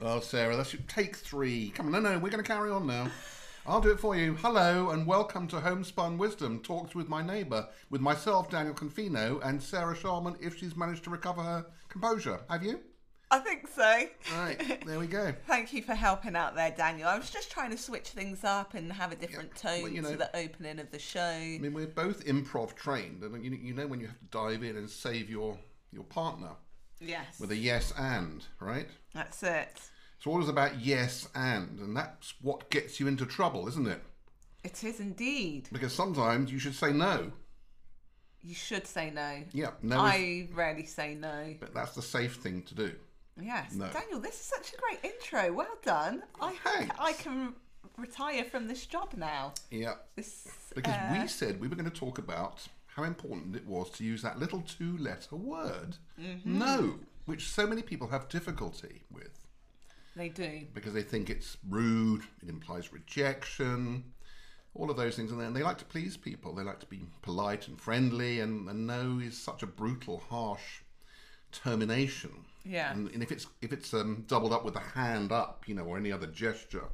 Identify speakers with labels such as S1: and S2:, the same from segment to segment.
S1: Oh, Sarah, that's should take three. Come on, no, no, we're going to carry on now. I'll do it for you. Hello and welcome to Homespun Wisdom Talks with My Neighbour, with myself, Daniel Confino, and Sarah Sharman, if she's managed to recover her composure. Have you?
S2: I think so.
S1: Right, there we go.
S2: Thank you for helping out there, Daniel. I was just trying to switch things up and have a different tone
S1: well, you know-
S2: to the opening of the show.
S1: I mean, we're both improv trained, and you, you know when you have to dive in and save your, your partner
S2: Yes.
S1: with a yes and, right?
S2: That's it.
S1: It's always about yes and, and that's what gets you into trouble, isn't it?
S2: It is indeed.
S1: Because sometimes you should say no.
S2: You should say no.
S1: Yeah, no. is-
S2: I rarely say no.
S1: But that's the safe thing to do.
S2: Yes.
S1: No.
S2: Daniel, this is such a great intro. Well done. I
S1: Thanks.
S2: I can retire from this job now.
S1: Yeah.
S2: This
S1: Because
S2: uh,
S1: we said we were going to talk about how important it was to use that little two letter word, no, which so many people have difficulty with
S2: they do.
S1: because they think it's rude, it implies rejection, all of those things. And then they like to please people, they like to be polite and friendly, and, and no is such a brutal, harsh termination.
S2: Yeah.
S1: And, and if it's if it's um, doubled up with a hand up, you know, or any other gesture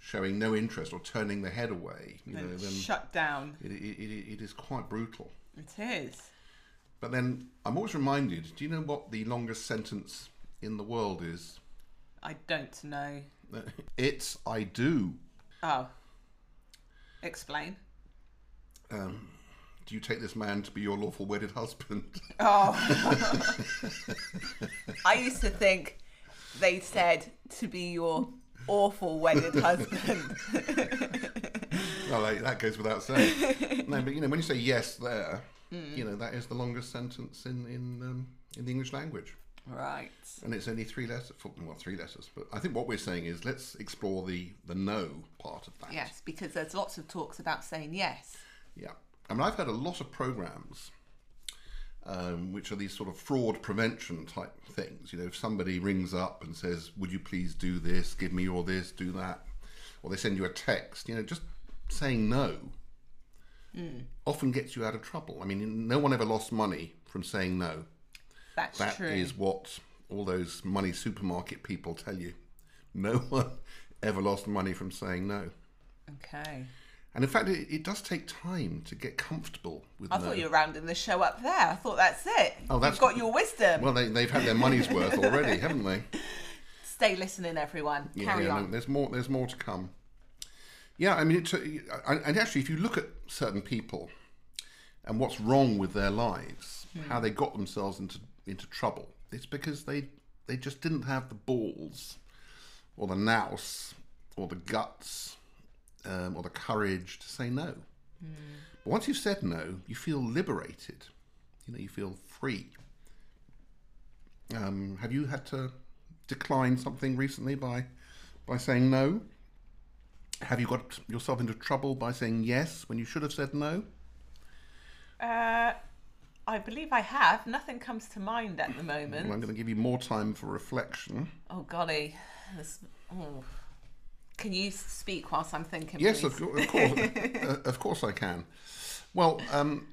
S1: showing no interest or turning the head away, you know,
S2: Then
S1: then
S2: shut down.
S1: it, it, it, it is quite brutal.
S2: It is.
S1: But then I'm always reminded do you know what the longest sentence in the world is?
S2: I don't know.
S1: It's I do.
S2: Oh. Explain.
S1: Um, do you take this man to be your lawful wedded husband?
S2: Oh. I used to think they said to be your awful wedded husband.
S1: well, like, that goes without saying. no, but you know, when you say yes there, you know, that is the longest sentence in, in, um, in the English language.
S2: right.
S1: And it's only three letters, well, three letters. But I think what we're saying is let's explore the, the no part of that.
S2: Yes, because there's lots of talks about saying yes.
S1: Yeah. I mean, I've had a lot of programs um, which are these sort of fraud prevention type things. You know, if somebody rings up and says, Would you please do this? Give me your this, do that. Or they send you a text, you know, just saying no
S2: Hmm.
S1: often gets you out of trouble. I mean, no one ever lost money from saying no.
S2: That's
S1: That is
S2: true.
S1: what all those money supermarket people tell you. No one ever lost money from saying no.
S2: Okay.
S1: And in fact, it, it does take time to get comfortable with
S2: I
S1: no.
S2: thought you were rounding the show up there. I thought that's it.
S1: Oh, that's-
S2: You've got your wisdom.
S1: Well, they, they've had their money's worth already, haven't they?
S2: Stay listening, everyone. Carry
S1: no,
S2: on.
S1: there's more. There's more to come. Yeah, I mean, it, and and actually, if you look at certain people and what's wrong with their lives,
S2: Hmm.
S1: how they got themselves into into trouble, it's because they they just didn't have the balls, or the nous, or the guts, um, or the courage to say no.
S2: Hmm.
S1: But once you've said no, you feel liberated. You know, you feel free. Um, have you had to decline something recently by by saying no? Have you got yourself into trouble by saying yes when you should have said no?
S2: Uh, I believe I have. Nothing comes to mind at the moment.
S1: Well, I'm going to give you more time for reflection.
S2: Oh golly, this, oh. can you speak whilst I'm thinking?
S1: Yes,
S2: please?
S1: of, cour- of course, uh, of course I can. Well, um,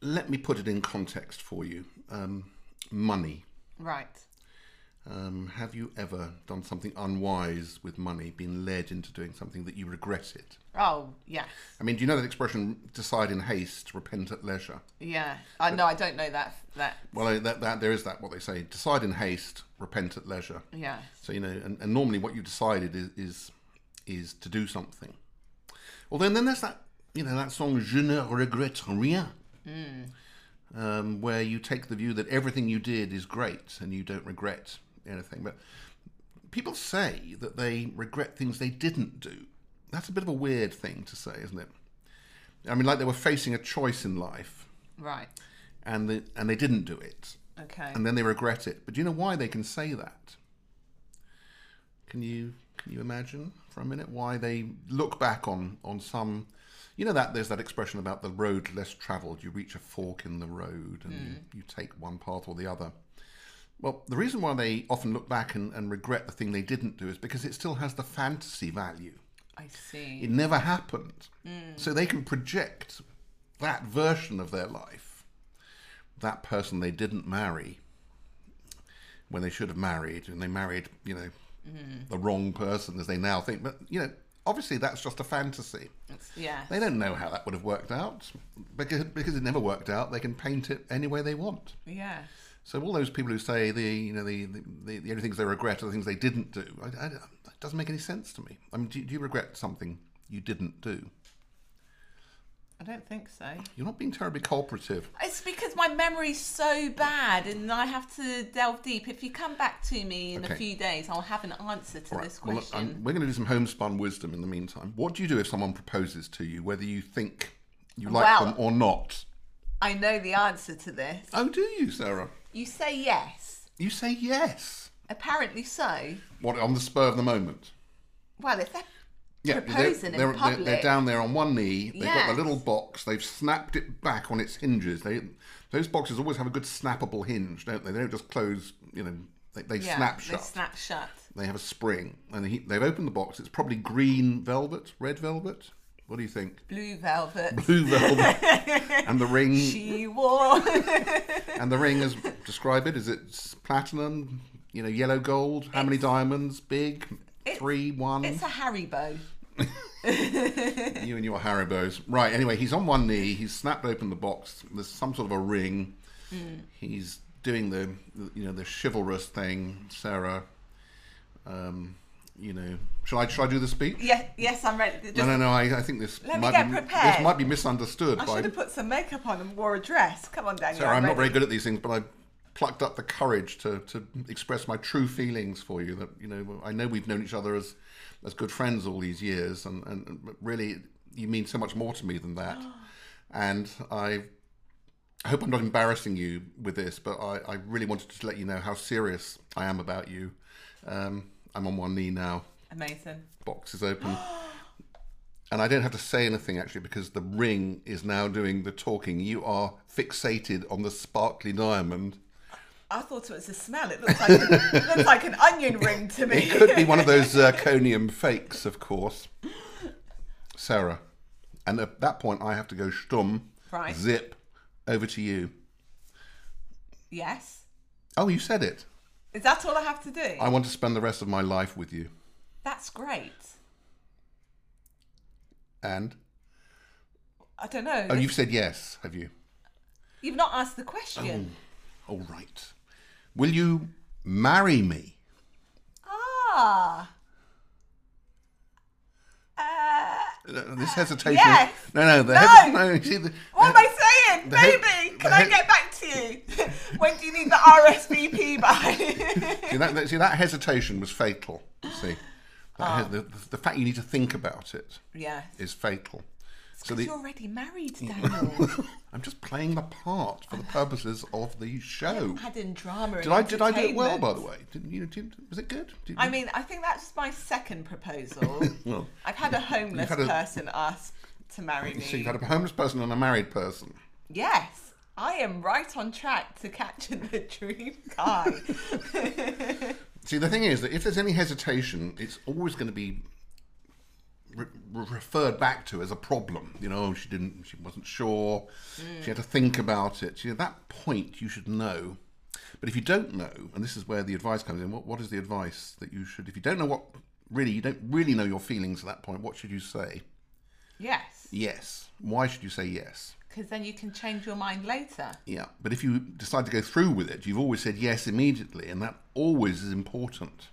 S1: let me put it in context for you. Um, money.
S2: Right.
S1: Um, have you ever done something unwise with money? Been led into doing something that you regretted?
S2: Oh yes,
S1: I mean, do you know that expression "decide in haste, repent at leisure"?
S2: yeah. I know. I don't know that. That
S1: Well, I- that, that there is that what they say: decide in haste, repent at leisure.
S2: yeah.
S1: So you know, and, and normally what you decided is, is is to do something. Well, then then there's that you know that song "Je ne regrette rien," um, where you take the view that everything you did is great and you don't regret anything. But people say that they regret things they didn't do. That's a bit of a weird thing to say, isn't it? I mean, like they were facing a choice in life
S2: Right.
S1: and the, and they didn't do it
S2: Okay.
S1: and then they regret it. But do you know why they can say that? Can you can you imagine for a minute why they look back on on some you know that there's that expression about the road less traveled you reach a fork in the road and you, you take one path or the other well the reason why they often look back and, and regret the thing they didn't do is because it still has the fantasy value
S2: I see.
S1: it never happened. So they can project that version of their life, that person they didn't marry when they should have married, and they married, you know, the wrong person as they now think. But, you know, obviously that's just a fantasy.
S2: It's- yeah.
S1: They don't know how that would have worked out. Because, because it never worked out, they can paint it any way they want.
S2: Yeah.
S1: So all those people who say the you know the the, the, the only things they regret are the things they didn't do, I, I, that doesn't make any sense to me. I mean, do, do you regret something you didn't do?
S2: I don't think so.
S1: You're not being terribly cooperative.
S2: It's because my memory's so bad and I have to delve deep. If you come back to me in
S1: Okay.
S2: a few days, I'll have an answer to
S1: All right,
S2: this
S1: well, look,
S2: question.
S1: I'm- we're going to do some homespun wisdom in the meantime. What do you do if someone proposes to you, whether you think you like
S2: Well-
S1: them or not?
S2: I know the answer to this.
S1: Oh, do you, Sarah?
S2: You say yes.
S1: You say yes.
S2: Apparently so.
S1: What on the spur of the moment?
S2: Well, if that
S1: Yeah,
S2: Proposing in
S1: they're, they're,
S2: public.
S1: down there on one knee. They've got
S2: Yes.
S1: the little box. They've snapped it back on its hinges. They those boxes always have a good snappable hinge, don't they? They don't just close. You know, they, they
S2: yeah,
S1: snap
S2: they
S1: shut. They,
S2: snap shut.
S1: have a spring, and he, they've opened the box. It's probably green velvet, red velvet. What do you think?
S2: Blue velvet.
S1: Blue velvet, and the ring.
S2: She wore.
S1: and the ring, as describe it, is it's platinum. You know, yellow gold. How many diamonds? Big. Three, one.
S2: it's a Haribo.
S1: You and your Haribos. Right, anyway, he's on one knee. He's snapped open the box. There's some sort of a ring.
S2: Hmm.
S1: He's doing the, you know, the chivalrous thing, Sarah. Um, you know, shall I, shall I do the speech?
S2: Yeah, yes, I'm ready. Just-
S1: No, no, no, I, I think this
S2: Let me
S1: might,
S2: get
S1: be,
S2: prepared.
S1: this might be misunderstood
S2: I
S1: by...
S2: should have put some makeup on and wore a dress. Come on, Daniel.
S1: Sarah, I'm not very
S2: ready.
S1: good at these things, but I plucked up the courage to, to express my true feelings for you. That, you know, I know we've known each other as, as good friends all these years, and, and but really, you mean so much more to me than that. and I I hope I'm not embarrassing you with this, but I, I really wanted to let you know how serious I am about you. Um, I'm on one knee now,
S2: Amazing.
S1: box is open. And I don't have to say anything actually because the ring is now doing the talking. You are fixated on the sparkly diamond.
S2: I thought it was a smell. It looks like, it looks like an onion ring to me.
S1: It could be one of those zirconium fakes, of course. Sarah. And at that point, I have to go stum,
S2: Right.
S1: zip, over to you.
S2: yes.
S1: Oh, you said it.
S2: Is that all I have to do?
S1: I want to spend the rest of my life with you.
S2: That's great.
S1: And?
S2: I don't know.
S1: Oh, you've said yes, have you?
S2: You've not asked the question.
S1: All right. Will you marry me? Oh.
S2: Ah. Uh,
S1: Uh, This hesitation.
S2: Yes.
S1: No, no, the
S2: No.
S1: hesi- no, you see the-
S2: What am I saying?
S1: The head-
S2: Baby,
S1: the
S2: can I
S1: head-
S2: get back to you? when do you need the RSVP by?
S1: see, that, that- see, that hesitation was fatal. You see, That
S2: Oh.
S1: he- the, the, the fact you need to think about it
S2: yeah.
S1: is fatal. So
S2: You're
S1: the,
S2: already married, Daniel.
S1: I'm just playing the part for the purposes of the show.
S2: Add in drama. and
S1: Did I did I do it well,
S2: entertainment.
S1: by the way? Didn't you? Did, was it good? Did,
S2: I mean, I think that's my second proposal.
S1: well,
S2: I've had a homeless
S1: had a-
S2: person ask to marry
S1: so
S2: me.
S1: you've had a homeless person and a married person.
S2: Yes, I am right on track to catching the dream guy.
S1: See, the thing is that if there's any hesitation, it's always going to be re- re- referred back to as a problem. You know, she didn't, she wasn't sure. She had to think about it. You know, at that point, you should know. But if you don't know, and this is where the advice comes in, what, what is the advice that you should? If you don't know what really, you don't really know your feelings at that point. What should you say?
S2: yes,
S1: Yes. Why should you say yes?
S2: because then you can change your mind later.
S1: Yeah. But if you decide to go through with it, you've always said yes immediately, and that always is important.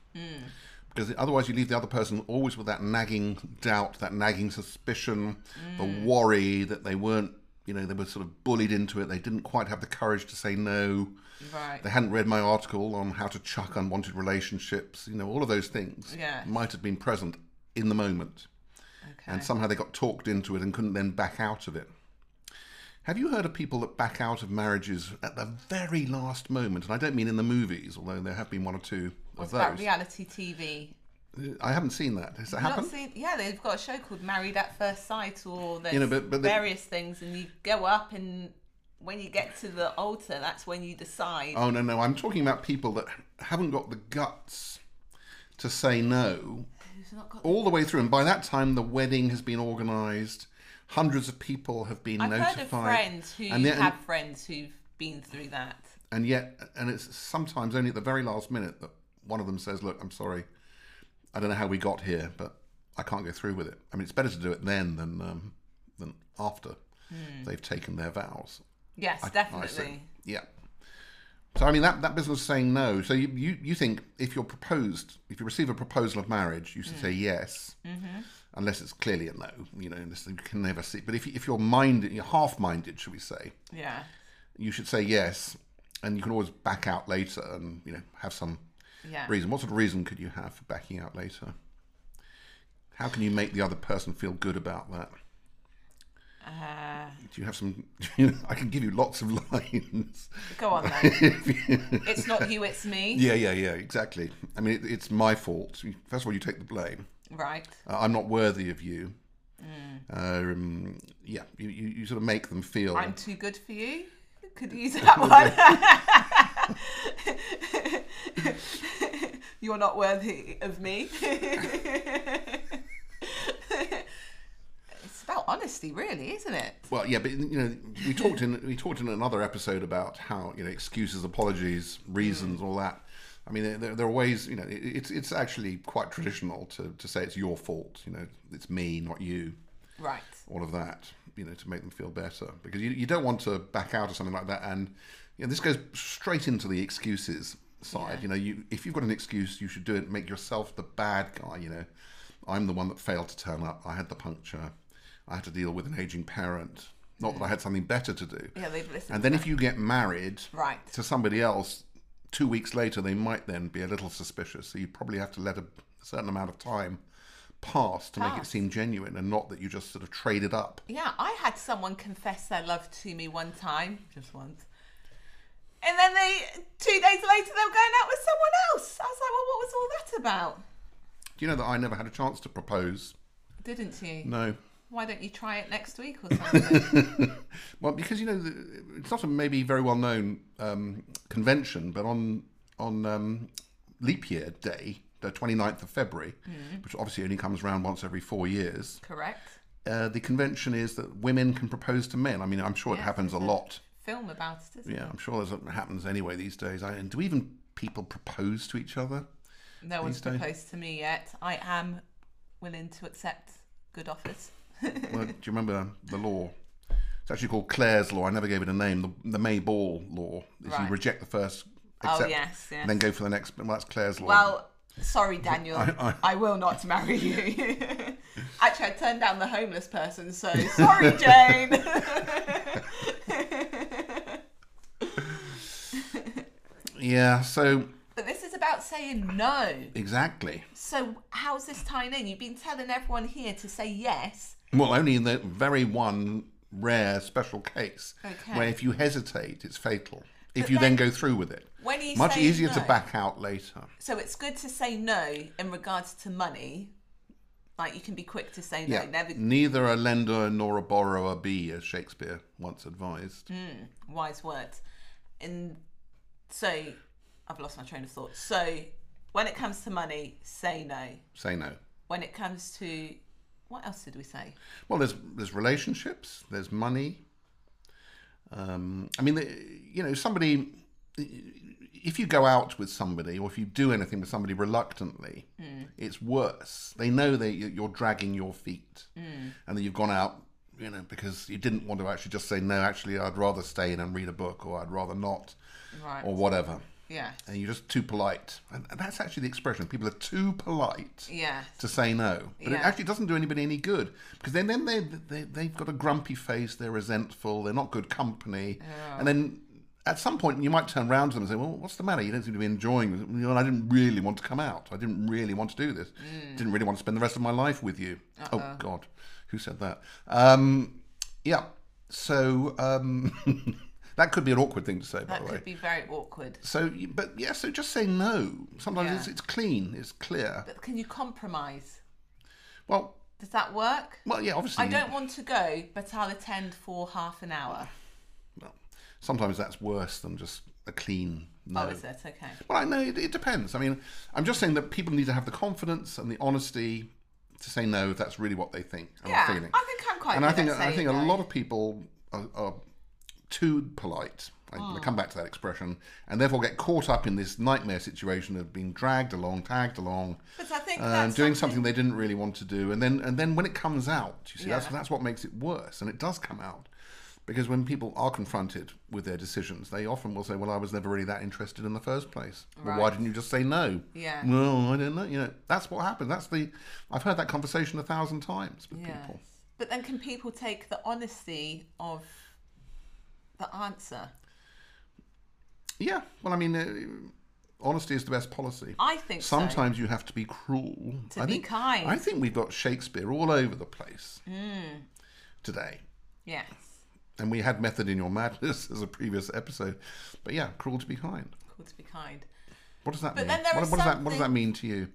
S1: Because otherwise, you leave the other person always with that nagging doubt, that nagging suspicion, the worry that they weren't, you know, they were sort of bullied into it. They didn't quite have the courage to say no.
S2: Right.
S1: They hadn't read my article on how to chuck unwanted relationships. You know, all of those things
S2: Yes.
S1: might have been present in the moment.
S2: Okay.
S1: And somehow they got talked into it and couldn't then back out of it. Have you heard of people that back out of marriages at the very last moment? And I don't mean in the movies, although there have been one or two of
S2: What about
S1: those.
S2: reality TV?
S1: I haven't seen that. Has that
S2: Not
S1: happened?
S2: seen- yeah, they've got a show called Married at First Sight, or there's
S1: You know, but- but the-
S2: various things, and you go up, and when you get to the altar, that's when you decide.
S1: Oh, no, no. I'm talking about people that haven't got the guts to say no
S2: Who's not got?
S1: all the way through. And by that time, the wedding has been organised. Hundreds of people have been
S2: I've
S1: notified.
S2: heard of friends who
S1: and yet-
S2: have friends who've been through that.
S1: and yet and it's sometimes only at the very last minute that one of them says look i'm sorry I don't know how we got here, but I can't go through with it. I mean, it's better to do it then than um, than after
S2: Hmm.
S1: they've taken their vows.
S2: Yes,
S1: Oh, I
S2: definitely.
S1: see. Yeah. So I mean that that business saying no. So you, you you think if you're proposed, if you receive a proposal of marriage, you should say
S2: Mm.
S1: yes,
S2: Mm-hmm.
S1: unless it's clearly a no. You know, unless you can never see. But if you- if you're minded, you're half-minded, should we say,
S2: Yeah.
S1: you should say yes, and you can always back out later, and you know have some
S2: Yeah.
S1: reason. What sort of reason could you have for backing out later? How can you make the other person feel good about that?
S2: Uh,
S1: Do you have some? I can give you lots of lines.
S2: go on then. it's not you, it's me.
S1: Yeah, yeah, yeah, exactly. I mean, it, it's my fault. First of all, you take the blame.
S2: Right.
S1: Uh, I'm not worthy of you. Um, yeah, you, you, you sort of make them feel.
S2: I'm too good for you. Could use that one. You're not worthy of me. it's about honesty, really, isn't it?
S1: Well, yeah, but you know, we talked in we talked in another episode about how you know excuses, apologies, reasons, all that. I mean, there- there, there are ways. You know, it, it's it's actually quite traditional to, to say it's your fault. You know, it's me, not you.
S2: Right.
S1: all of that, you know, to make them feel better. Because you, you don't want to back out or something like that. And you know, this goes straight into the excuses side. You know, you if you've got an excuse, you should do it. Make yourself the bad guy. You know, I'm the one that failed to turn up. I had the puncture. I had to deal with an aging parent. Not that I had something better to do.
S2: Yeah, they've listened.
S1: And then if you get married
S2: Right.
S1: to somebody else, two weeks later they might then be a little suspicious. So you probably have to let a certain amount of time pass to make it
S2: Pass.
S1: seem genuine and not that you just sort of traded up.
S2: Yeah, I had someone confess their love to me one time, just once. And then they, two days later, they were going out with someone else. I was like, well, what was all that about?
S1: Do you know that I never had a chance to propose?
S2: Didn't you?
S1: No.
S2: Why don't you try it next week or something?
S1: Well, because you know, the- it's not a maybe very well known um, convention, but on on um, leap year day, the 29th of February,
S2: Mm.
S1: which obviously only comes around once every four years,
S2: Correct.
S1: uh, the convention is that women can propose to men. I mean, I'm sure it
S2: Yes,
S1: happens a
S2: it's a-
S1: lot.
S2: Film about it, isn't it?
S1: Yeah, I'm sure there's- it happens anyway these days. I, and do even people propose to each other?
S2: No one's
S1: days.
S2: proposed to me yet. I am willing to accept good offers.
S1: Well, do you remember the law? It's actually called Clare's Law. I never gave it a name. The, the May Ball Law. If you
S2: Right.
S1: reject the first,
S2: Oh,
S1: accept,
S2: yes, yes.
S1: and then go for the next. Well, that's Clare's Law.
S2: Well, sorry, Daniel. I, will not marry you. Actually, I turned down the homeless person, so sorry, Jane.
S1: yeah. So
S2: but this is about saying no.
S1: exactly.
S2: So, how's this tying in? You've been telling everyone here to say yes.
S1: Well, only in the very one rare special case
S2: Okay.
S1: where if you hesitate, it's fatal. If you then, go through with it,
S2: When you
S1: much
S2: say
S1: easier to
S2: no-
S1: back out later.
S2: So it's good to say no in regards to money. Like you can be quick to say no.
S1: Yeah.
S2: Never
S1: Neither a lender nor a borrower be, as Shakespeare once advised.
S2: wise words. And so I've lost my train of thought. So when it comes to money, say no.
S1: Say no.
S2: When it comes to what else did we say?
S1: Well, there's there's relationships, there's money. Um, I mean, the- you know, somebody. If you go out with somebody, or if you do anything with somebody reluctantly, it's worse. They know that you- you're dragging your feet, and that you've gone out, you know, because you didn't want to actually just say no. Actually, I'd rather stay in and read a book, or I'd rather not,
S2: Right.
S1: or whatever.
S2: yeah.
S1: And you're just too polite, and and that's actually the expression. People are too polite
S2: Yeah.
S1: to say no. But it
S2: Yeah.
S1: actually doesn't do anybody any good because then, then they, they, they've got a grumpy face, they're resentful, they're not good company. And then at some point, you might turn round to them and say, Well, what's the matter? You don't seem to be enjoying this. You know, I didn't really want to come out. I didn't really want to do this.
S2: Mm.
S1: Didn't really want to spend the rest of my life with you.
S2: Uh-uh.
S1: Oh, God. Who said that? Um, yeah. So um, that could be an awkward thing to say, by
S2: That
S1: the way.
S2: could be very awkward.
S1: So, you- but yeah, so just say no. Sometimes
S2: Yeah.
S1: it's, it's clean, it's clear.
S2: But can you compromise?
S1: Well,
S2: Does that work?
S1: well, yeah, obviously.
S2: I don't want to go, but I'll attend for half an hour.
S1: Well, sometimes that's worse than just a clean no.
S2: Oh, is it? Okay.
S1: Well, I know it, it depends. I mean, I'm just saying that people need to have the confidence and the honesty to say no if that's really what they think and
S2: Yeah,
S1: are
S2: I
S1: feeling.
S2: think I'm quite
S1: and
S2: good
S1: I think
S2: at
S1: I
S2: saying
S1: think a
S2: no.
S1: lot of people are, are too polite I'm
S2: Hmm.
S1: going to come back to that expression, and therefore get caught up in this nightmare situation of being dragged along, tagged along,
S2: But I think
S1: and
S2: that's
S1: um, doing something they didn't really want to do, and then and then when it comes out, you see, that's
S2: Yeah.
S1: that's what makes it worse, and it does come out. Because when people are confronted with their decisions, they often will say, "Well, I was never really that interested in the first place. Well, why
S2: Right.
S1: didn't you just say no?"
S2: Yeah.
S1: Well, I don't know. You know, that's what happened. That's the. I've heard that conversation a thousand times with
S2: Yes.
S1: people.
S2: But then can people take the honesty of the answer?
S1: Yeah. Well, I mean, uh, honesty is the best policy.
S2: I think so.
S1: Sometimes you have to be cruel.
S2: To
S1: I
S2: be
S1: think,
S2: kind. Hmm.
S1: I think we've got Shakespeare all over the place today.
S2: Yes.
S1: And we had Method in Your Madness as a previous episode. But yeah, cruel to be kind.
S2: Cool to be kind.
S1: What does that
S2: But
S1: mean?
S2: then there
S1: what,
S2: are
S1: what does that, what does
S2: something-
S1: that mean to you?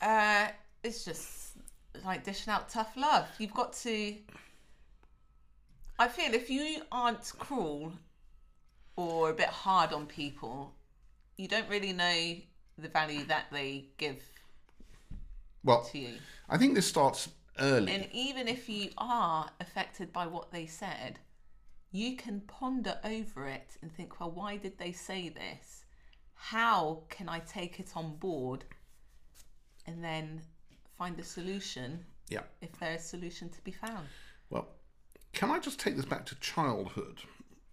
S2: Uh, it's just like dishing out tough love. You've got to. I feel if you aren't cruel or a bit hard on people, you don't really know the value that they give
S1: Well,
S2: to you.
S1: I think this starts early.
S2: And even if you are affected by what they said, you can ponder over it and think, well, why did they say this? How can I take it on board and then find a solution
S1: yeah.
S2: if there's a solution to be found?
S1: Well, can I just take this back to childhood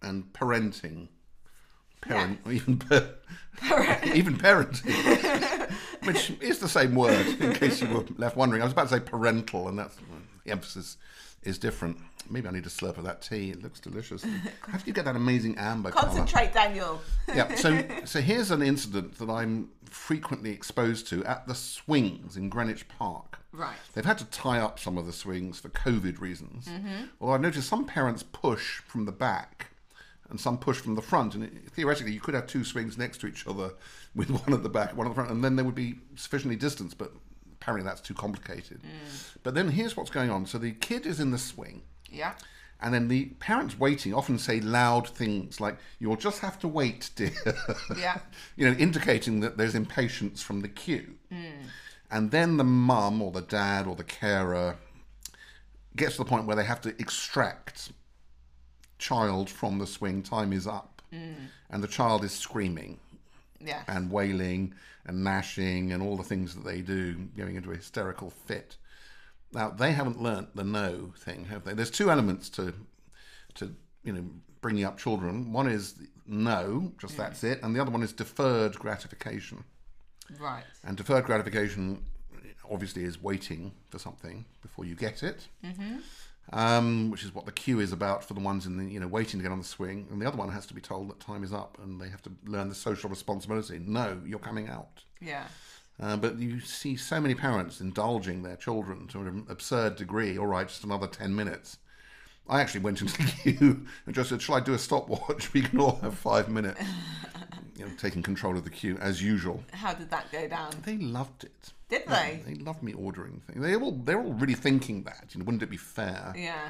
S1: and parenting? Parent, even pa- even parenting, which is the same word. In case you were left wondering, I was about to say parental, and that's the emphasis is different. Maybe I need a slurp of that tea. It looks delicious. How do you get that amazing amber colour?
S2: Concentrate, Daniel.
S1: yeah. So, so here's an incident that I'm frequently exposed to at the swings in Greenwich Park.
S2: Right.
S1: They've had to tie up some of the swings for COVID reasons. Although I noticed some parents push from the back and some push from the front. And it, theoretically, you could have two swings next to each other with one at the back, one at the front, and then they would be sufficiently distanced. But apparently, that's too complicated. But then here's what's going on. So the kid is in the swing.
S2: Yeah.
S1: And then the parents waiting often say loud things like, You'll just have to wait, dear.
S2: Yeah.
S1: you know, indicating that there's impatience from the queue. And then the mum or the dad or the carer gets to the point where they have to extract child from the swing. Time is up. And the child is screaming
S2: Yeah.
S1: and wailing and gnashing and all the things that they do, going into a hysterical fit. Now they haven't learnt the no thing, have they? There's two elements to to you know bringing up children. One is no, just that's it, and the other one is deferred gratification.
S2: Right.
S1: And deferred gratification obviously is waiting for something before you get it, um, which is what the queue is about for the ones in the, you know, waiting to get on the swing. And the other one has to be told that time is up and they have to learn the social responsibility. No, you're coming out.
S2: Yeah.
S1: Uh, but you see so many parents indulging their children to an absurd degree. All right, just another 10 minutes. I actually went into the queue and just said, Shall I do a stopwatch? We can all have five minutes. you know, taking control of the queue as usual.
S2: How did that go down?
S1: They loved it.
S2: Did
S1: Yeah,
S2: they?
S1: They loved me ordering things. They all they're all really thinking that. You know, wouldn't it be fair?
S2: Yeah.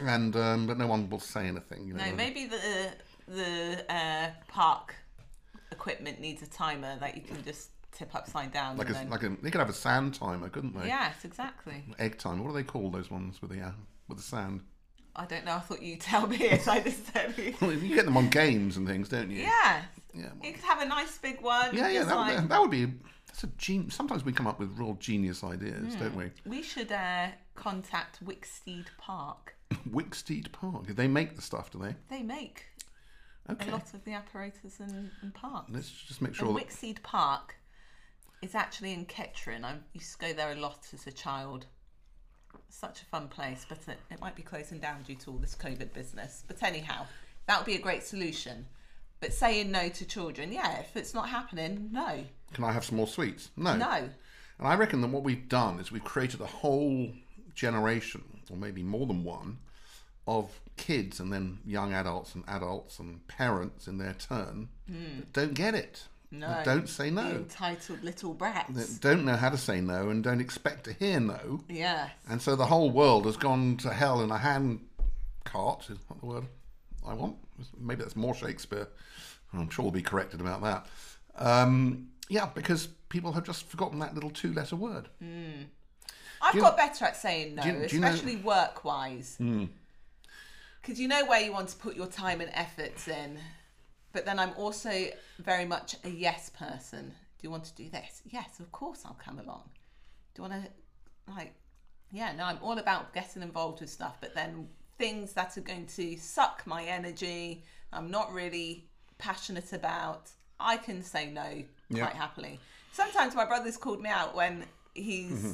S1: And um, but no one will say anything. You know.
S2: No, maybe the the uh, park equipment needs a timer that you can just tip upside down.
S1: like
S2: and
S1: a,
S2: then...
S1: like a, they could have a sand timer, couldn't they?
S2: yes, exactly.
S1: Egg timer. What do they call those ones with the uh, with the sand?
S2: I don't know. I thought you tell me as I just said.
S1: Well, you get them on games and things, don't you?
S2: Yeah,
S1: Yeah. well-
S2: you could have a nice big one.
S1: yeah, yeah.
S2: just
S1: That,
S2: like-
S1: would that would be. That's a gen. Sometimes we come up with real genius ideas, don't we?
S2: We should uh, contact Wicksteed Park.
S1: Wicksteed Park. They make the stuff, do they?
S2: They make
S1: Okay.
S2: a lot of the apparatus and, and parks.
S1: Let's just make
S2: And
S1: sure that
S2: Wicksteed Park is actually in Kettering. I used to go there a lot as a child. Such a fun place, but it, it might be closing down due to all this COVID business. But anyhow, that would be a great solution. But saying no to children, yeah, if it's not happening, no,
S1: can I have some more sweets?
S2: no.
S1: And I reckon that what we've done is we've created a whole generation, or maybe more than one, of kids and then young adults and adults and parents in their turn that don't get it.
S2: No.
S1: that Don't say
S2: The
S1: no.
S2: Entitled little brats.
S1: that Don't know how to say no and don't expect to hear no.
S2: yes.
S1: And so the whole world has gone to hell in a hand cart, is that the word I want? Maybe that's more Shakespeare. I'm sure we'll be corrected about that. Um, yeah, because people have just forgotten that little two letter word.
S2: I've
S1: you-
S2: got better at saying no,
S1: do you- do you know-
S2: especially work wise. because you know where you want to put your time and efforts in. But then I'm also very much a yes person. Do you want to do this? Yes, of course I'll come along. Do you want to, like, yeah, no, I'm all about getting involved with stuff, but then things that are going to suck my energy, I'm not really passionate about, I can say no
S1: Yeah.
S2: quite happily. Sometimes my brother's called me out when he's
S1: Mm-hmm.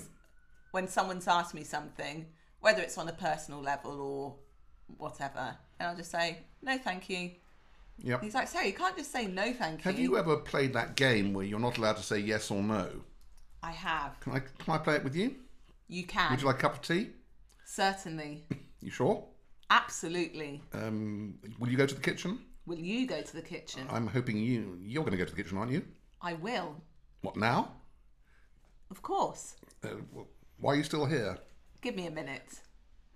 S2: when someone's asked me something, whether it's on a personal level or whatever, and I'll just say, No, thank you.
S1: Yep.
S2: He's like, Sarah, you can't just say no thank
S1: Have you ever played that game where you're not allowed to say yes or no?
S2: I have.
S1: Can I can I play it with you?
S2: You can.
S1: Would you like a cup of tea?
S2: Certainly.
S1: You sure?
S2: Absolutely.
S1: Um, will you go to the kitchen?
S2: Will you go to the kitchen?
S1: I'm hoping you you're going to go to the kitchen, aren't you?
S2: I will.
S1: What now?
S2: Of course.
S1: Uh, wh- why are you still here?
S2: Give me a minute.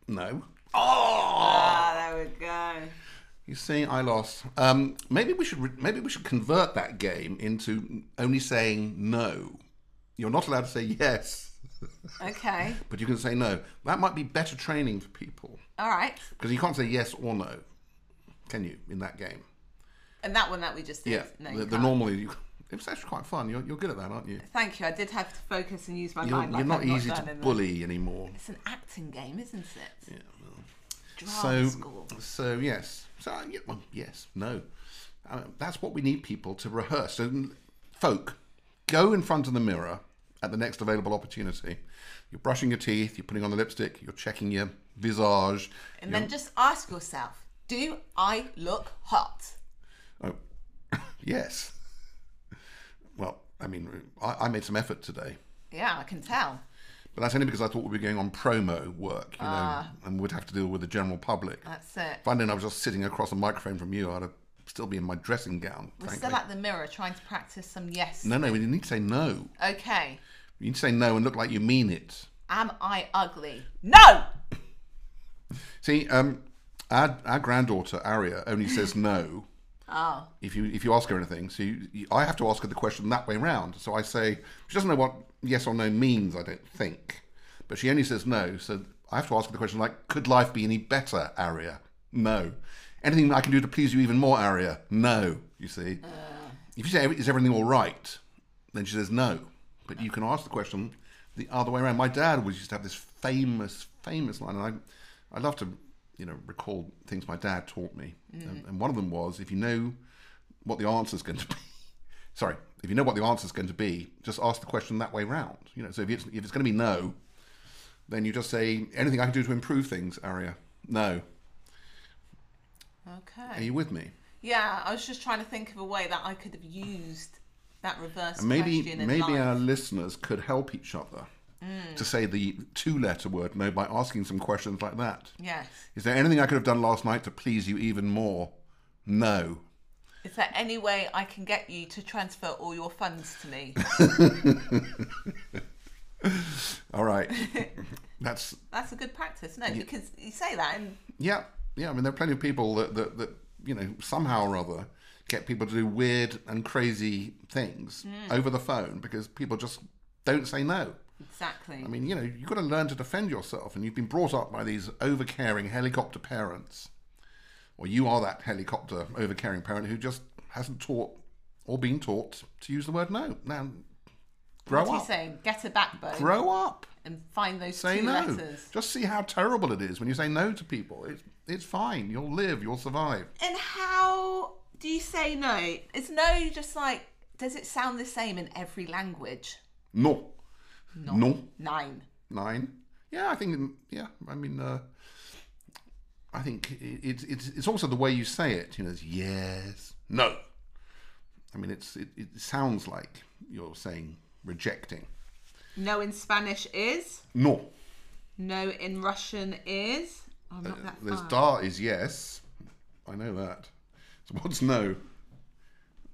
S1: No. Oh,
S2: Ah, there we go.
S1: you see, I lost. Um, maybe we should re- maybe we should convert that game into only saying no. You're not allowed to say yes,
S2: Okay.
S1: but you can say no. That might be better training for people
S2: All right.
S1: because you can't say yes or no, can you? In that game,
S2: And that one that we just did.
S1: yeah.
S2: No, you
S1: the, the
S2: can't.
S1: normally you, it was actually quite fun. You're, you're good at that, aren't you?
S2: Thank you. I did have to focus and use my
S1: You're,
S2: mind. Like
S1: you're not
S2: I've
S1: easy
S2: done
S1: to
S2: in the-
S1: bully anymore.
S2: It's an acting game, isn't it? Yeah.
S1: so,
S2: Drama school.
S1: so yes, so uh, yeah, well, yes, no. Uh, that's what we need people to rehearse. So, folk, go in front of the mirror at the next available opportunity. You're brushing your teeth. You're putting on the lipstick. You're checking your visage.
S2: And then just ask yourself, do I look hot?
S1: Oh, yes. Well, I mean, I, I made some effort today,
S2: Yeah, I can tell.
S1: but that's only because I thought we'd be going on promo work, you know, and we'd have to deal with the general public.
S2: That's it.
S1: If I didn't, I was just sitting across a microphone from you, I'd have still be in my dressing gown.
S2: We're
S1: frankly.
S2: still at the mirror trying to practice some yes.
S1: No, no, you need to say no.
S2: Okay.
S1: You need to say no and look like you mean it.
S2: Am I ugly? No!
S1: See, um, our, our granddaughter Aria only says no
S2: Oh,
S1: if you if you ask her anything. So you, you, I have to ask her the question that way round. So I say she doesn't know what yes or no means. I don't think, but she only says no. So I have to ask her the question like, "Could life be any better, Aria?" No. Anything I can do to please you even more, Aria? No. You see, if you say is everything all right, then she says no. But you can ask the question the other way around. My dad was used to have this famous, famous line, and I, I love to, you know, recall things my dad taught me. And, and one of them was, if you know what the answer's going to be, sorry, if you know what the answer's going to be, just ask the question that way round. You know, so if it's, if it's going to be no, then you just say anything I can do to improve things, Aria. No. Are
S2: okay.
S1: you with me?
S2: Yeah, I was just trying to think of a way that I could have used that reverse
S1: Maybe
S2: question in
S1: maybe uh,
S2: life. Mm.
S1: our listeners could help each other to say the two-letter word no by asking some questions like that.
S2: Yes.
S1: Is there anything I could have done last night to please you even more? No.
S2: Is there any way I can get you to transfer all your funds to me?
S1: All right. That's
S2: That's a good practice, no? Because you say that, and
S1: yeah, yeah. I mean, there are plenty of people that that, that you know somehow or other get people to do weird and crazy things
S2: Mm.
S1: over the phone because people just don't say no.
S2: exactly.
S1: I mean, you know, you've got to learn to defend yourself, and you've been brought up by these overcaring helicopter parents, or you are that helicopter overcaring parent who just hasn't taught or been taught to use the word no. Now, grow
S2: what are you
S1: up,
S2: saying? Get a backbone
S1: grow up,
S2: and find those
S1: say
S2: two
S1: no.
S2: letters.
S1: Just see how terrible it is when you say no to people. It's it's fine. You'll live. You'll survive.
S2: And how do you say no? Is no just like does it sound the same in every language?
S1: No, no,
S2: Nine.
S1: nine. Yeah, I think. Yeah, I mean. Uh, I think it- it's it's it's also the way you say it. You know, it's yes, no. I mean, it's it, it sounds like you're saying rejecting.
S2: No in Spanish is.
S1: No,
S2: No in Russian is. Oh, I'm not that
S1: Uh, there's
S2: far.
S1: da is yes. I know that. So what's no?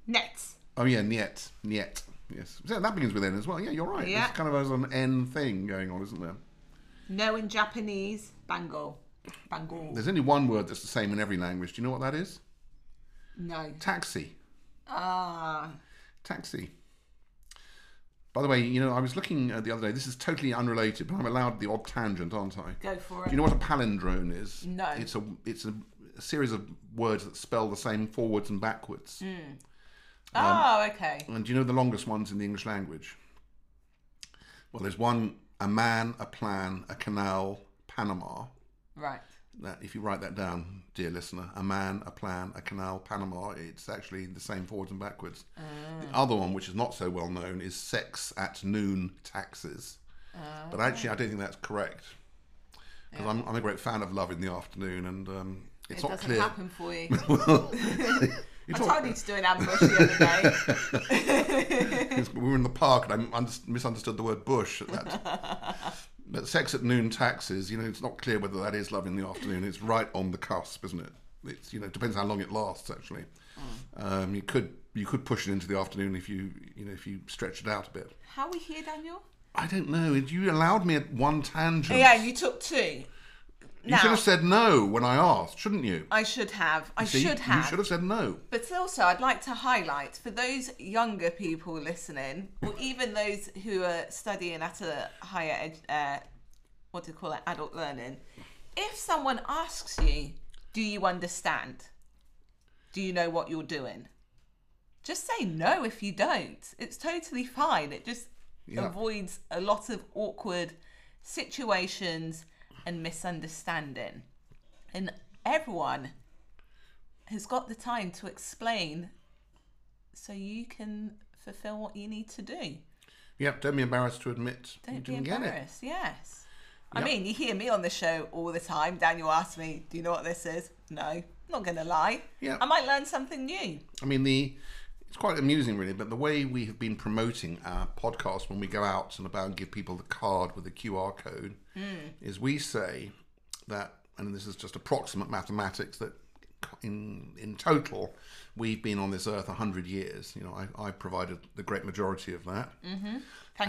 S2: Nets.
S1: Oh yeah, niet, niet. Yes, so that begins with n as well. Yeah, you're right.
S2: Yeah.
S1: It's kind of as an n thing going on, isn't there?
S2: No in Japanese. Bango. Bango.
S1: There's only one word that's the same in every language. Do you know what that is?
S2: No.
S1: Taxi.
S2: Ah.
S1: taxi. By the way, you know, I was looking uh, the other day. This is totally unrelated, but I'm allowed the odd tangent, aren't I?
S2: Go for
S1: Do
S2: it.
S1: you know what a palindrome is?
S2: No.
S1: It's a it's a a series of words that spell the same forwards and backwards. um,
S2: oh, okay.
S1: And do you know the longest ones in the English language? Well, there's one a man, a plan, a canal, Panama.
S2: Right.
S1: That if you write that down, dear listener, a man, a plan, a canal, Panama, it's actually the same forwards and backwards. The
S2: Ah.
S1: other one, which is not so well known, is sex at noon taxes. But
S2: Ah.
S1: actually, I don't think that's correct because I'm, I'm a great fan of love in the afternoon, and um, it's
S2: it
S1: not
S2: doesn't
S1: clear.
S2: happen for you. I
S1: It's not-
S2: told you to do an ambush the other day.
S1: Yes, we were in the park and I under- misunderstood the word bush at that. but sex at noon taxes, you know, it's not clear whether that is love in the afternoon. It's right on the cusp, isn't it? It's you know, it depends how long it lasts actually.
S2: Mm.
S1: Um, you could you could push it into the afternoon if you you know if you stretch it out a bit.
S2: How are we here, Daniel?
S1: I don't know. You allowed me at one tangent.
S2: Yeah, you took two.
S1: you should
S2: Now,
S1: have said no when I asked, shouldn't you?
S2: I should have. I
S1: See,
S2: should have.
S1: You should have said no.
S2: But also, I'd like to highlight for those younger people listening, or even those who are studying at a higher ed, uh, what do you call it, adult learning. If someone asks you, "Do you understand? Do you know what you're doing?" Just say no if you don't. It's totally fine. It just
S1: Yeah.
S2: avoids a lot of awkward situations and misunderstanding. And everyone has got the time to explain so you can fulfill what you need to do.
S1: Yep. Don't be embarrassed to admit you
S2: Don't be
S1: didn't get it.
S2: embarrassed. Yes. I
S1: Yep.
S2: mean, you hear me on the show all the time. Daniel asks me, Do you know what this is? No, I'm not going to lie.
S1: Yeah.
S2: I might learn something new.
S1: I mean, the it's quite amusing, really, but the way we have been promoting our podcast when we go out and about and give people the card with the QR code is we say that, and this is just approximate mathematics, that in in total we've been on this earth 100 years. You know, I, I provided the great majority of that.
S2: Thank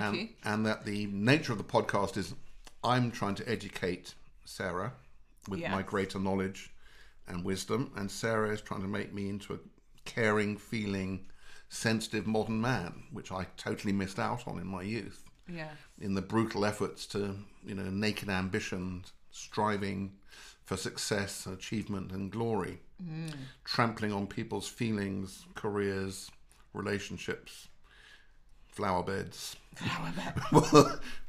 S1: And,
S2: you.
S1: Um, and that the nature of the podcast is I'm trying to educate Sarah with
S2: Yes.
S1: my greater knowledge and wisdom, and Sarah is trying to make me into a caring, feeling, sensitive modern man, which I totally missed out on in my youth,
S2: Yeah.
S1: in the brutal efforts to, you know, naked ambition, striving for success, achievement, and glory, trampling on people's feelings, careers, relationships, flower beds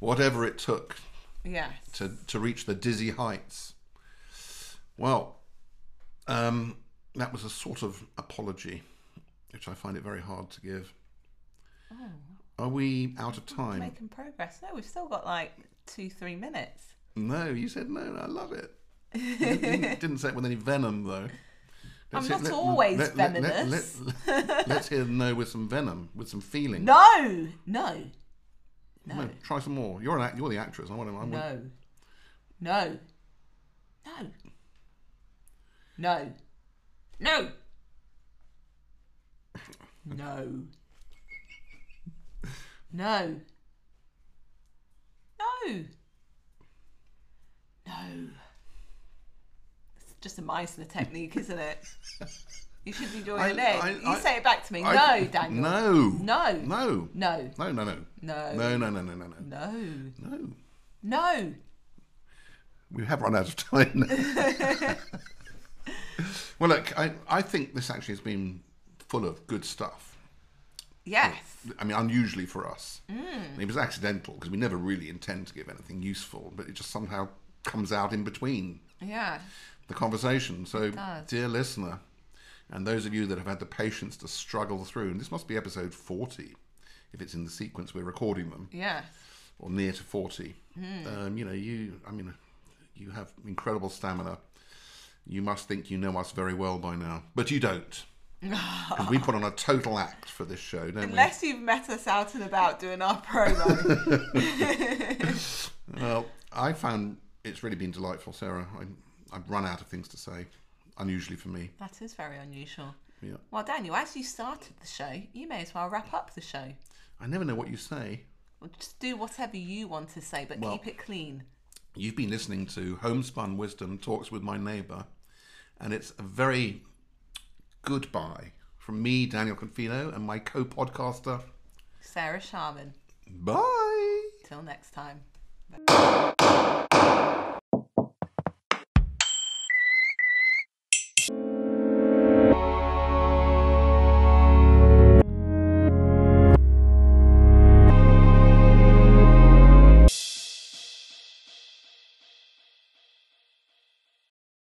S1: whatever it took
S2: Yes.
S1: to, to reach the dizzy heights. Well, um, that was a sort of apology, which I find it very hard to give.
S2: Oh.
S1: Are we out of time?
S2: Making progress. No, we've still got like two, three minutes.
S1: No, you said no. I love it. You didn't, didn't say it with any venom, though.
S2: I'm not always venomous.
S1: us hear no with some venom, with some feeling.
S2: No, no,
S1: No, try some more. You're an act, you're the actress. I want to. I want,
S2: no, no, no, no, no, no, no, no, no. It's just a Meisner technique, isn't it? You should be
S1: I-
S2: doing
S1: I-
S2: it. You
S1: I-
S2: say it back to me.
S1: I-
S2: no, Daniel.
S1: No.
S2: No.
S1: No.
S2: No.
S1: No, no, no.
S2: No.
S1: No, no, no, no, no, no.
S2: No.
S1: No.
S2: No.
S1: We have run out of time now. well, look, I, I think this actually has been full of good stuff.
S2: Yes.
S1: I mean, unusually for us. Mm. It was accidental because we never really intend to give anything useful, but it just somehow comes out in between
S2: Yeah.
S1: the conversation. So,
S2: does.
S1: dear listener, and those of you that have had the patience to struggle through, and this must be episode 40 if it's in the sequence we're recording them.
S2: Yes.
S1: or near to 40. Um, you know, you, I mean, you have incredible stamina. You must think you know us very well by now, but you don't. 'Cause we put on a total act for this show, don't
S2: Unless you've met us out and about doing our promo.
S1: we? Well, I found it's really been delightful, Sarah. I, I've run out of things to say, unusually for me.
S2: that is very unusual.
S1: Yeah.
S2: Well, Daniel, as you started the show, you may as well wrap up the show.
S1: I never know what you say.
S2: Well, Just do whatever you want to say, but
S1: Well-
S2: keep it clean.
S1: You've been listening to Homespun Wisdom Talks with My Neighbour, and it's a very goodbye from me, Daniel Confino, and my co podcaster.
S2: Sarah Sharman.
S1: Bye!
S2: Till next time.